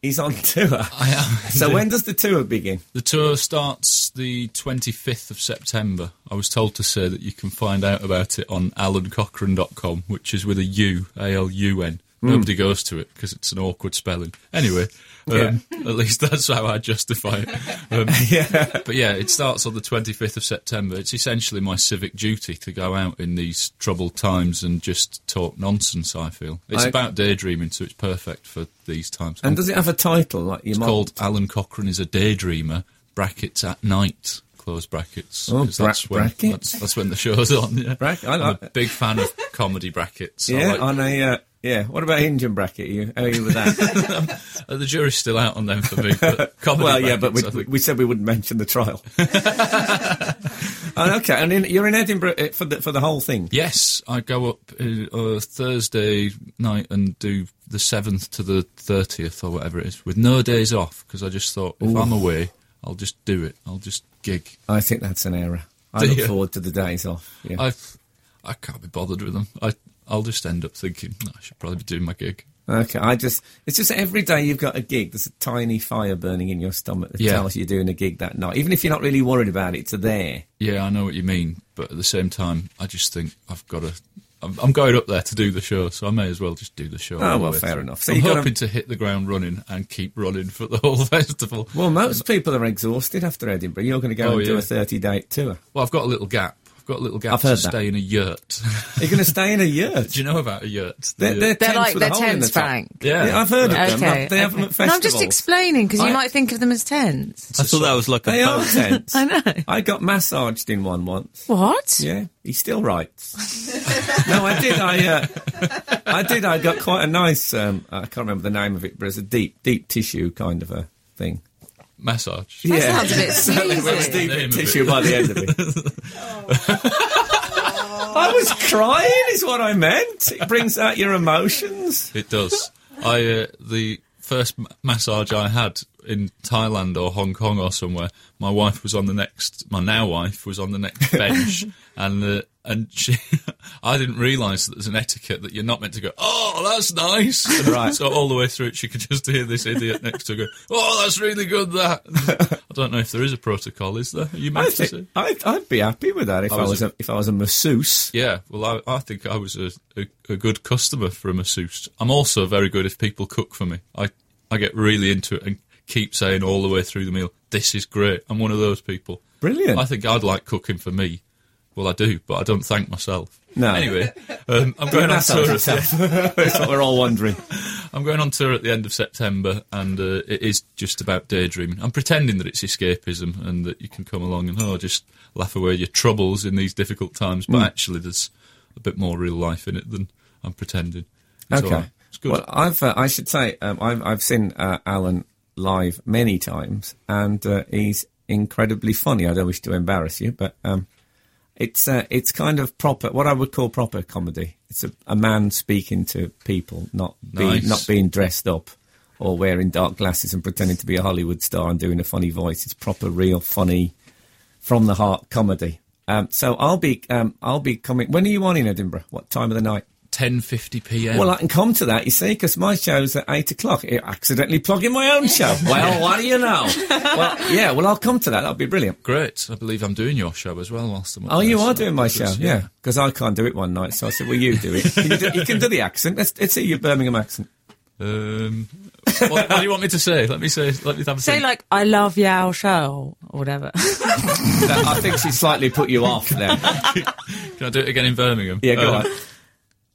he's on tour. I am. So when does the tour begin? The tour starts the 25th of September. I was told to say that you can find out about it on alancochran.com, which is with a U, A L U N. Hmm. Nobody goes to it because it's an awkward spelling. Anyway, um, at least that's how I justify it. Um, But yeah, it starts on the 25th of September. It's essentially my civic duty to go out in these troubled times and just talk nonsense, I feel. It's I- about daydreaming, so it's perfect for these times. And does it have a title like your It's mum- called Alan Cochrane is a daydreamer. Brackets at night. Close brackets. Oh, 'Cause bra- that's when, brackets? That's, that's when the show's on. Yeah. Bra- I I'm a like- big fan of comedy brackets. I Yeah, like- on a uh, yeah. What about hinge and bracket? You how are you with that? uh, the jury's still out on them for me. But comedy well, yeah, but brackets, we, I think- we said we wouldn't mention the trial. Oh, okay, and in, you're in Edinburgh uh, for the for the whole thing. Yes, I go up uh, uh, Thursday night and do the seventh to the thirtieth or whatever it is, with no days off because I just thought if I'm away, I'll just do it. I'll just gig. I think that's an error. I Do look you? forward to the days off. Yeah. I I can't be bothered with them. I I'll just end up thinking "No, I should probably be doing my gig. Okay, I just it's just every day you've got a gig. There's a tiny fire burning in your stomach that Yeah. tells you you're doing a gig that night, even if you're not really worried about it. It's there. Yeah, I know what you mean, but at the same time, I just think I've got to. I'm, I'm going up there to do the show, so I may as well just do the show. all Oh the well, way fair through. enough. So I'm you've got hoping to- to hit the ground running and keep running for the whole festival. well, most people are exhausted after Edinburgh. You're going to go Oh, and do yeah. a 30 day tour. Well, I've got a little gap. I've got a little gap I've to heard that. stay in a yurt. You're going to stay in a yurt. Do you know about a yurt? They're, they're, They're tents like, with they're a hole in tents, the top. Frank. Yeah. Yeah, I've heard of them. Okay. They have okay. them at festivals. No, I'm just explaining because you I- might think of them as tents. I thought that was like a They are poem. tents. I know. I got massaged in one once. What? Yeah, he still writes. no, I did. I uh, I did. I got quite a nice. Um, I can't remember the name of it, but it's a deep, deep tissue kind of a thing. Massage. That yeah, sounds a bit sleazy. deep Name of tissue it. by the end of it. I was crying, is what I meant. It brings out your emotions. It does. I uh, the first m- massage I had in Thailand or Hong Kong or somewhere, my wife was on the next, my now wife was on the next bench, and uh, and she, I didn't realise that there's an etiquette that you're not meant to go, oh, that's nice. Right. So all the way through it, she could just hear this idiot next to her go, oh, that's really good. That I don't know if there is a protocol, is there? Are you meant I to say? think I'd, I'd be happy with that if I was, was a, if I was a masseuse. Yeah, well, I, I think I was a, a, a good customer for a masseuse. I'm also very good if people cook for me. I, I get really into it and keep saying all the way through the meal, this is great. I'm one of those people. Brilliant. I think I'd like cooking for me. Well, I do, but I don't thank myself. No. Anyway, um, I'm going on That sounds tour. at- yourself. That's what we're all wondering. I'm going on tour at the end of September, and uh, it is just about daydreaming. I'm pretending that it's escapism and that you can come along and oh, just laugh away your troubles in these difficult times. Hmm. But actually, there's a bit more real life in it than I'm pretending. It's all Okay, right. it's good. Well, I've uh, I should say um, I've I've seen uh, Alan live many times, and uh, he's incredibly funny. I don't wish to embarrass you, but um, it's uh, it's kind of proper, what I would call proper comedy. It's a, a man speaking to people, not Nice. being, not being dressed up or wearing dark glasses and pretending to be a Hollywood star and doing a funny voice. It's proper, real, funny, from the heart comedy. Um, so I'll be um, I'll be coming. When are you on in Edinburgh? What time of the night? 10:50 p.m. Well, I can come to that, you see, because my show's at eight o'clock. I accidentally plugging my own show. Well, what do you know? well, yeah, well, I'll come to that. That'll be brilliant. great. I believe I'm doing your show as well whilst I'm. up Oh, there, you so are doing my that's show, good, yeah. Because I can't do it one night, so I said, "Well, you do it. Can you, do, you can do the accent. Let's, let's see your Birmingham accent." Um, what, what do you want me to say? Let me say. Let me have a Say think. like, I love your show or whatever. No, I think she slightly put you off there. Can I do it again in Birmingham? Yeah, go Um, on.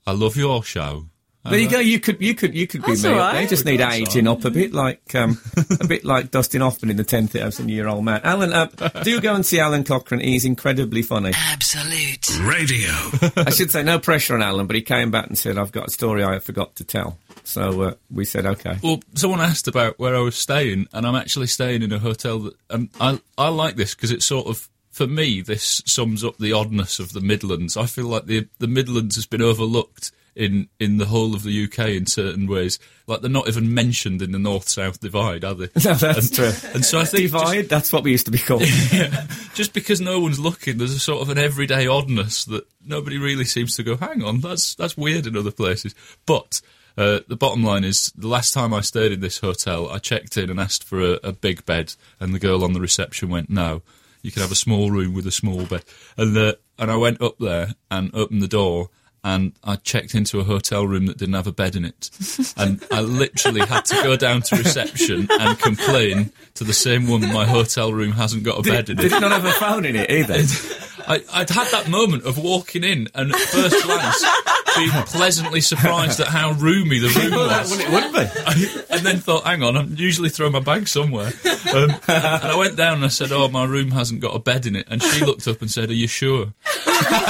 I love your show. There you go. You could, you could, you could be That's me. all up there. right. You just need That's all aging up a bit, like um, a bit like Dustin Hoffman in the ten thousand year old man. Alan, uh, do go and see Alan Cochrane. He's incredibly funny. Absolute Radio. I should say no pressure on Alan, but he came back and said, "I've got a story I forgot to tell." So uh, we said, "Okay." Well, someone asked about where I was staying, and I'm actually staying in a hotel that, and I I like this because it's sort of for me this sums up the oddness of the Midlands. I feel like the the Midlands has been overlooked in in the whole of the UK in certain ways. Like they're not even mentioned in the North South divide, are they? No, that's and, true. And so I think just- Divide. that's what we used to be called. just because no one's looking, there's a sort of an everyday oddness that nobody really seems to go. Hang on, that's that's weird in other places. But uh, the bottom line is, the last time I stayed in this hotel, I checked in and asked for a, a big bed, and the girl on the reception went, "No, you can have a small room with a small bed." And the, and I went up there and opened the door. And I checked into a hotel room that didn't have a bed in it, and I literally had to go down to reception and complain to the same woman. My hotel room hasn't got a bed in it. Did it not have a phone in it either? I, I'd had that moment of walking in and at first glance being pleasantly surprised at how roomy the room Well, that was. wouldn't, it wouldn't be. and then thought, hang on, I'm usually throwing my bag somewhere. Um, and I went down and I said, oh, my room hasn't got a bed in it. And she looked up and said, are you sure?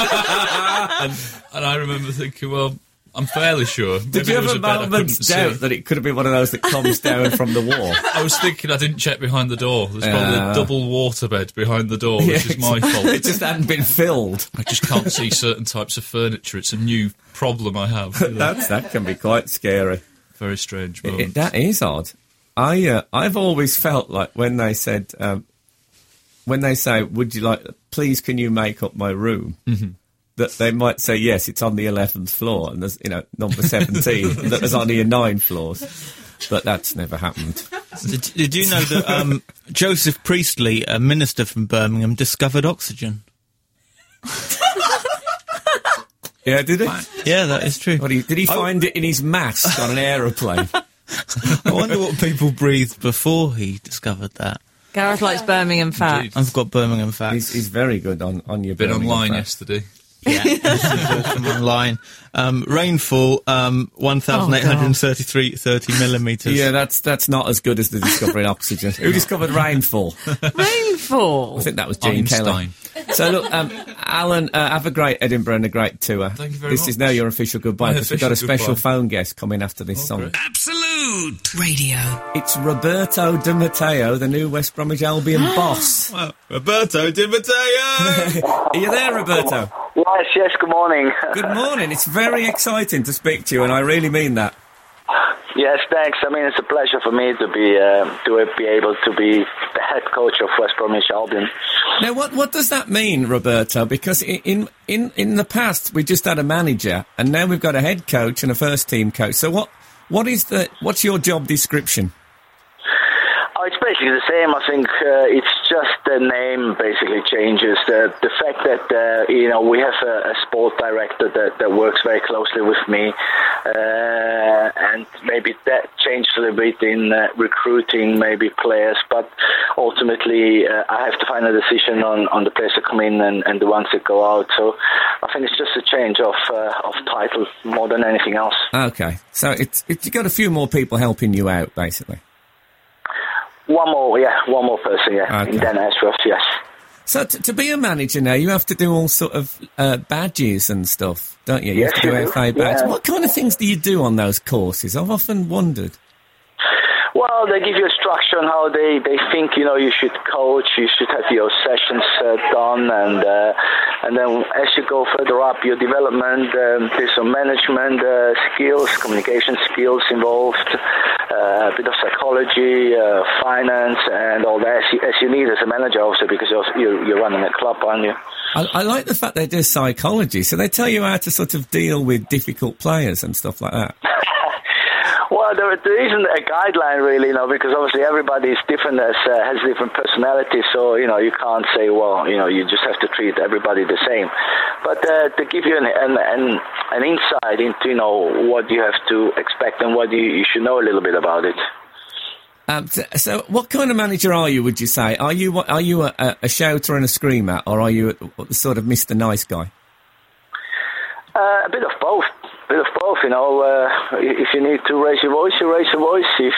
and, and I remember thinking, well, I'm fairly sure. Did Maybe you there have was a bed I couldn't moment's see. doubt that it could have been one of those that comes down from the wall? I was thinking I didn't check behind the door. There's probably Ah. a double waterbed behind the door, which is my fault. it just hadn't been filled. I just can't see certain types of furniture. It's a new problem I have. That's, that can be quite scary. Very strange It- it- moment. that is odd. I uh, I've always felt like when they said um, when they say, "Would you like? Please, can you make up my room?" That they might say, "Yes, it's on the eleventh floor," and there's you know number seventeen that there's only nine floors. But that's never happened. Did, did you know that um, Joseph Priestley, a minister from Birmingham, discovered oxygen? Yeah, did he? Yeah, that is true. What, he did he find it in his mask on an aeroplane? I wonder what people breathed before he discovered that. Gareth likes Birmingham fat. I've got Birmingham facts. he's, he's very good on on your Been Birmingham online facts. yesterday. Yeah, from online. Um, rainfall, Oh, um, 1,833 30 millimetres. Yeah, that's that's not as good as the discovery of oxygen. Who discovered rainfall? Rainfall. I think that was Gene Einstein. Keller. So look, um, Alan, uh, have a great Edinburgh and a great tour. Thank you very this much. is now your official goodbye My because we've got a official special goodbye. Oh, phone guest coming after this song. great. Absolute. Radio. It's Roberto Di Matteo, the new West Bromwich Albion boss. Wow. Roberto Di Matteo! Are you there, Roberto? Yes, yes, good morning. Good morning. It's very exciting to speak to you, and I really mean that. Yes, thanks. I mean, it's a pleasure for me to be uh, to be able to be the head coach of West Bromwich Albion. Now, what, what does that mean, Roberto? Because i- in, in, in the past, we just had a manager, and now we've got a head coach and a first team coach. So, what, what is the, what's your job description? Oh, it's basically the same. I think uh, it's just the name basically changes. The the fact that uh, you know we have a, a sport director that, that works very closely with me, uh, and maybe that changed a little bit in uh, recruiting maybe players. But ultimately, uh, I have to find a decision on, on the players that come in and, and the ones that go out. So I think it's just a change of uh, of title more than anything else. Okay. So, it's, it's, you've got a few more people helping you out, basically. One more, yeah, one more person, yeah, Okay. in Dan Ashworth, yes. So, t- to be a manager now, you have to do all sort of uh, badges and stuff, don't you? You Yes, have to you do do. FA badges. Yeah. What kind of things do you do on those courses? I've often wondered. Well, they give you instruction how they, they think you know you should coach, you should have your sessions uh, done, and uh, and then as you go further up, your development, um, there's some management uh, skills, communication skills involved, uh, a bit of psychology, uh, finance, and all that as you, as you need as a manager also because you're you're you're running a club, aren't you? I, I like the fact they do psychology, so they tell you how to sort of deal with difficult players and stuff like that. Well, there, there isn't a guideline really, you know, because obviously everybody is different, has, uh, has different personalities. So you know, you can't say, well, you know, you just have to treat everybody the same. But uh, to give you an, an an an insight into you know what you have to expect and what you, you should know a little bit about it. Um, so, so, what kind of manager are you? Would you say are you what- are you a- a, a shouter and a screamer, or are you a, a sort of Mister Nice Guy? Uh, a bit of both. A bit of both, you know. Uh, i- if you need to raise your voice, you raise your voice. If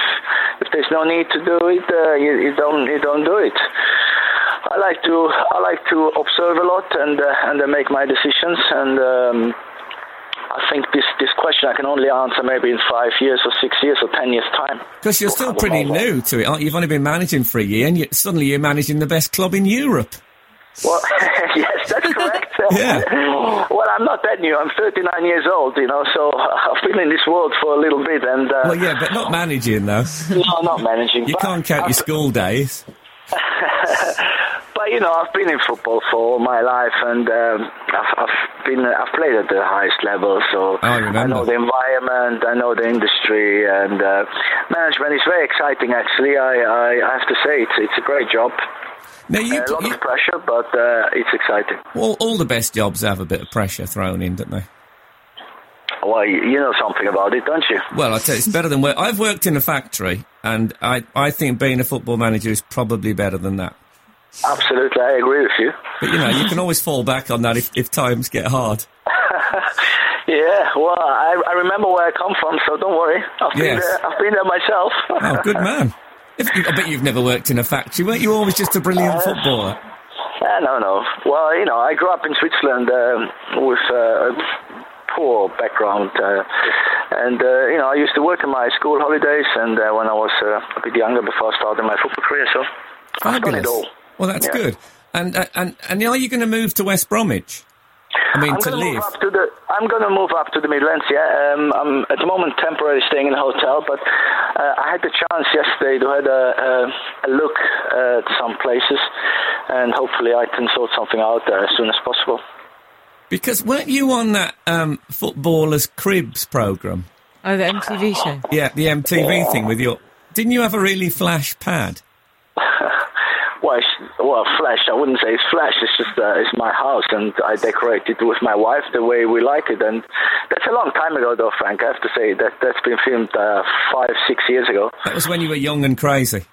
if there's no need to do it, uh, you, you don't you don't do it. I like to I like to observe a lot and uh, and then make my decisions. And um, I think this this question I can only answer maybe in five years or six years or ten years time. Because you're Or still however pretty long. new to it, aren't you? You've only been managing for a year, and you, suddenly you're managing the best club in Europe. Well, yes, that's correct. Yeah. well, I'm not that new. I'm 39 years old, you know. So I've been in this world for a little bit, and uh, Well, yeah, but not managing though. No, not managing. You but can't count your I've- school days. But you know, I've been in football for all my life, and um, I've, I've been I've played at the highest level, so Oh, I remember. know the environment, I know the industry, and uh, management is very exciting. Actually, I, I, I have to say it's it's a great job. Now you, a lot you of pressure, but uh, it's exciting. all, all the best jobs have a bit of pressure thrown in, don't they? Well, you, you know something about it, don't you? Well, I tell you, it's better than work. I've worked in a factory, and I, I think being a football manager is probably better than that. Absolutely, I agree with you. But you know, you can always fall back on that if, if times get hard. Yeah, well, I, I remember where I come from, so don't worry. I've been Yes. there. I've been there myself. Oh, good man. If you, I bet you've never worked in a factory, weren't you? Always just a brilliant footballer. Uh, no, no. Well, you know, I grew up in Switzerland um, with uh, a poor background, uh, and uh, you know, I used to work in my school holidays, and uh, when I was uh, a bit younger, before I started my football career, so I've done it Fabulous. all. Well, that's Yeah. good. And uh, and and are you going to move to West Bromwich? I mean, I'm to gonna live. move up to the. I'm gonna move up to the Midlands. Yeah, um, I'm at the moment temporarily staying in a hotel, but uh, I had the chance yesterday to had a, a, a look at some places, and hopefully I can sort something out uh, as soon as possible. Because weren't you on that um, footballers cribs program? Oh, the MTV show. Yeah, the MTV thing with your. Didn't you have a really flash pad? Well, it's, well, flash. I wouldn't say it's flash. It's just uh, it's my house, and I decorate it with my wife the way we like it. And that's a long time ago, though, Frank. I have to say that that's been filmed uh, five, six years ago. That was when you were young and crazy.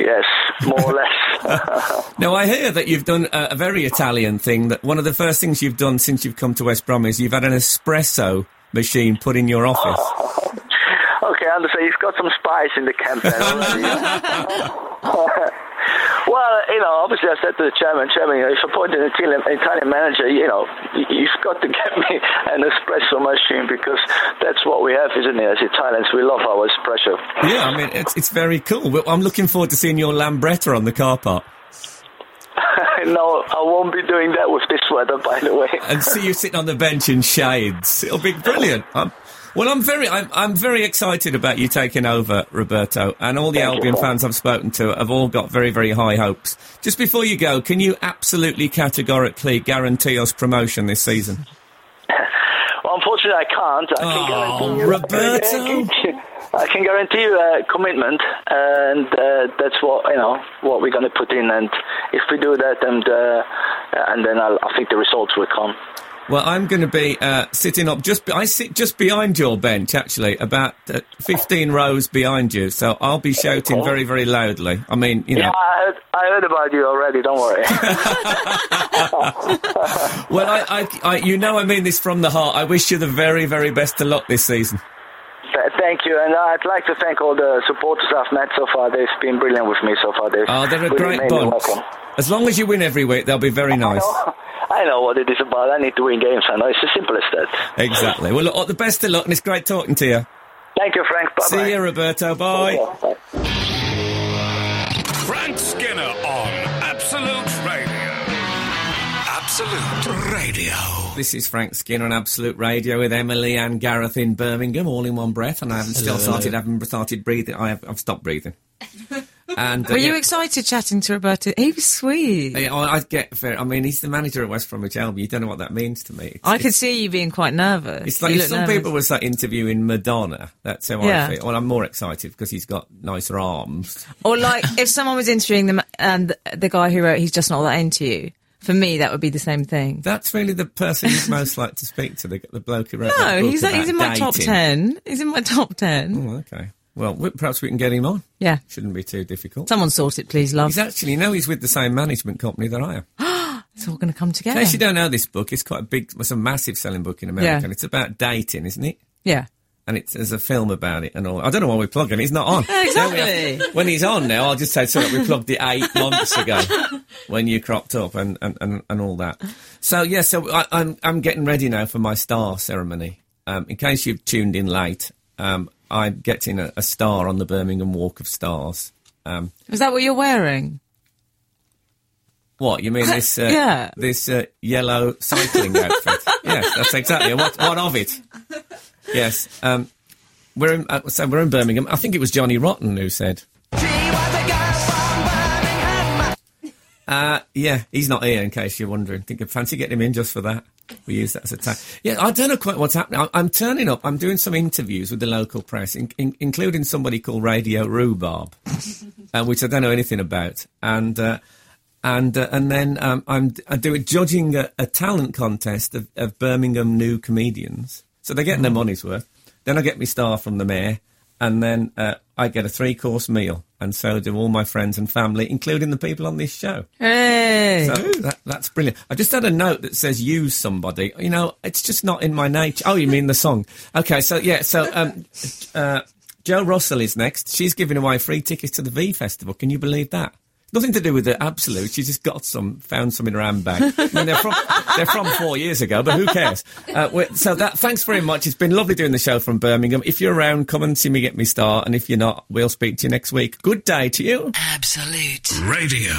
Yes, more or less. Now I hear that you've done a, a very Italian thing. That one of the first things you've done since you've come to West Brom is you've had an espresso machine put in your office. Oh. okay, I understand. You've got some spies in the camp then already. well, you know, obviously I said to the chairman, chairman, you know, if I appoint an Italian, Italian manager, you know, y- you've got to get me an espresso machine because that's what we have, isn't it? As Italians, we love our espresso. Yeah, I mean it's it's very cool. Well, I'm looking forward to seeing your Lambretta on the car park no, I won't be doing that with this weather, by the way. and see you sitting on the bench in shades. It'll be brilliant. I'm, Well, I'm very, I'm, I'm very excited about you taking over, Roberto, and all the Thank you, Albion Paul. fans I've spoken to have all got very, very high hopes. Just before you go, can you absolutely categorically guarantee us promotion this season? Well, unfortunately, I can't. I Oh, can guarantee you, Roberto. I can guarantee you uh, commitment, and uh, that's what you know what we're going to put in. And if we do that, and uh, and then I'll, I think the results will come. Well, I'm going to be uh, sitting up just. Be- I sit just behind your bench, actually, about uh, 15 rows behind you. So I'll be shouting very, very loudly. I mean, you know. Yeah, I heard, I heard about you already. Don't worry. Well, I, I, I, you know, I mean this from the heart. I wish you the very, very best of luck this season. Th- Thank you, and I'd like to thank all the supporters I've met so far. They've been brilliant with me so far. They've Oh, they're a really great made me bunch. welcome. As long as you win every week, they'll be very nice. I know what it is about. I need to win games. I know it's as simple as that. Exactly. Well, look, all the best of luck, and it's great talking to you. Thank you, Frank. Bye See you, Roberto. Bye. Bye. Frank Skinner on Absolute Radio. Absolute Radio. This is Frank Skinner on Absolute Radio with Emily and Gareth in Birmingham, all in one breath. And I haven't still started, haven't started breathing. I have, I've stopped breathing. And uh, Were you yeah. excited chatting to Roberto? He was sweet. Yeah, I I get fair. I mean, he's the manager at West Bromwich Albion. You don't know what that means to me. It's, I could see you being quite nervous. It's like You if look some nervous. people was like interviewing Madonna. That's how Yeah. I feel. Well, I'm more excited because he's got nicer arms. Or like if someone was interviewing them and th- the guy who wrote "He's just not that into you." For me, that would be the same thing. That's really the person you'd most like to speak to. The, the bloke who wrote. that No, book he's about he's in my top dating. ten. He's in my top ten. Oh, okay. Well, we, perhaps we can get him on. Yeah, Shouldn't be too difficult. someone sort it, please, love. He's actually no, he's with the same management company that I am. it's all going to come In together. case you don't know this book, it's quite a big, it's a massive selling book in America, Yeah. and it's about dating, isn't it? Yeah. and it's there's a film about it and all. I don't know why we plug him. He's not on. exactly. Now we have- when he's on now, I'll just say sorry. We plugged it eight months ago when you cropped up and, and, and, and all that. So yeah, so I, I'm I'm getting ready now for my star ceremony. Um, in case you've tuned in late, um, I'm getting a, a star on the Birmingham Walk of Stars. Um, Is that what you're wearing? what you mean this? Uh, Yeah. This uh, yellow cycling outfit. yes, that's exactly. it. What what of it? Yes. Um, we're in, uh, so we're in Birmingham. I think it was Johnny Rotten who said. Uh, yeah, he's not here. In case you're wondering, think of fancy getting him in just for that. We use that as a tag. Yeah, I don't know quite what's happening. I'm, I'm turning up. I'm doing some interviews with the local press, in, in, including somebody called Radio Rhubarb, uh, which I don't know anything about, and. Uh, and uh, and then um, I'm I'm doing judging a, a talent contest of, of Birmingham new comedians. So they're getting their money's worth. Then I get my star from the mayor, and then uh, I get a three course meal, and so do all my friends and family, including the people on this show. Hey. So that, that's brilliant. I just had a note that says use somebody. You know, it's just not in my nature. Oh, you mean the song? Okay, so yeah, so um, uh, Joe Russell is next. She's giving away free tickets to the V Festival. Can you believe that? Nothing to do with the absolute. She just got some, found some in her handbag. I mean, they're from they're from four years ago, but who cares? Uh, we- so that thanks very much. It's been lovely doing the show from Birmingham. If you're around, come and see me get me star. And if you're not, we'll speak to you next week. Good day to you. Absolute Radio.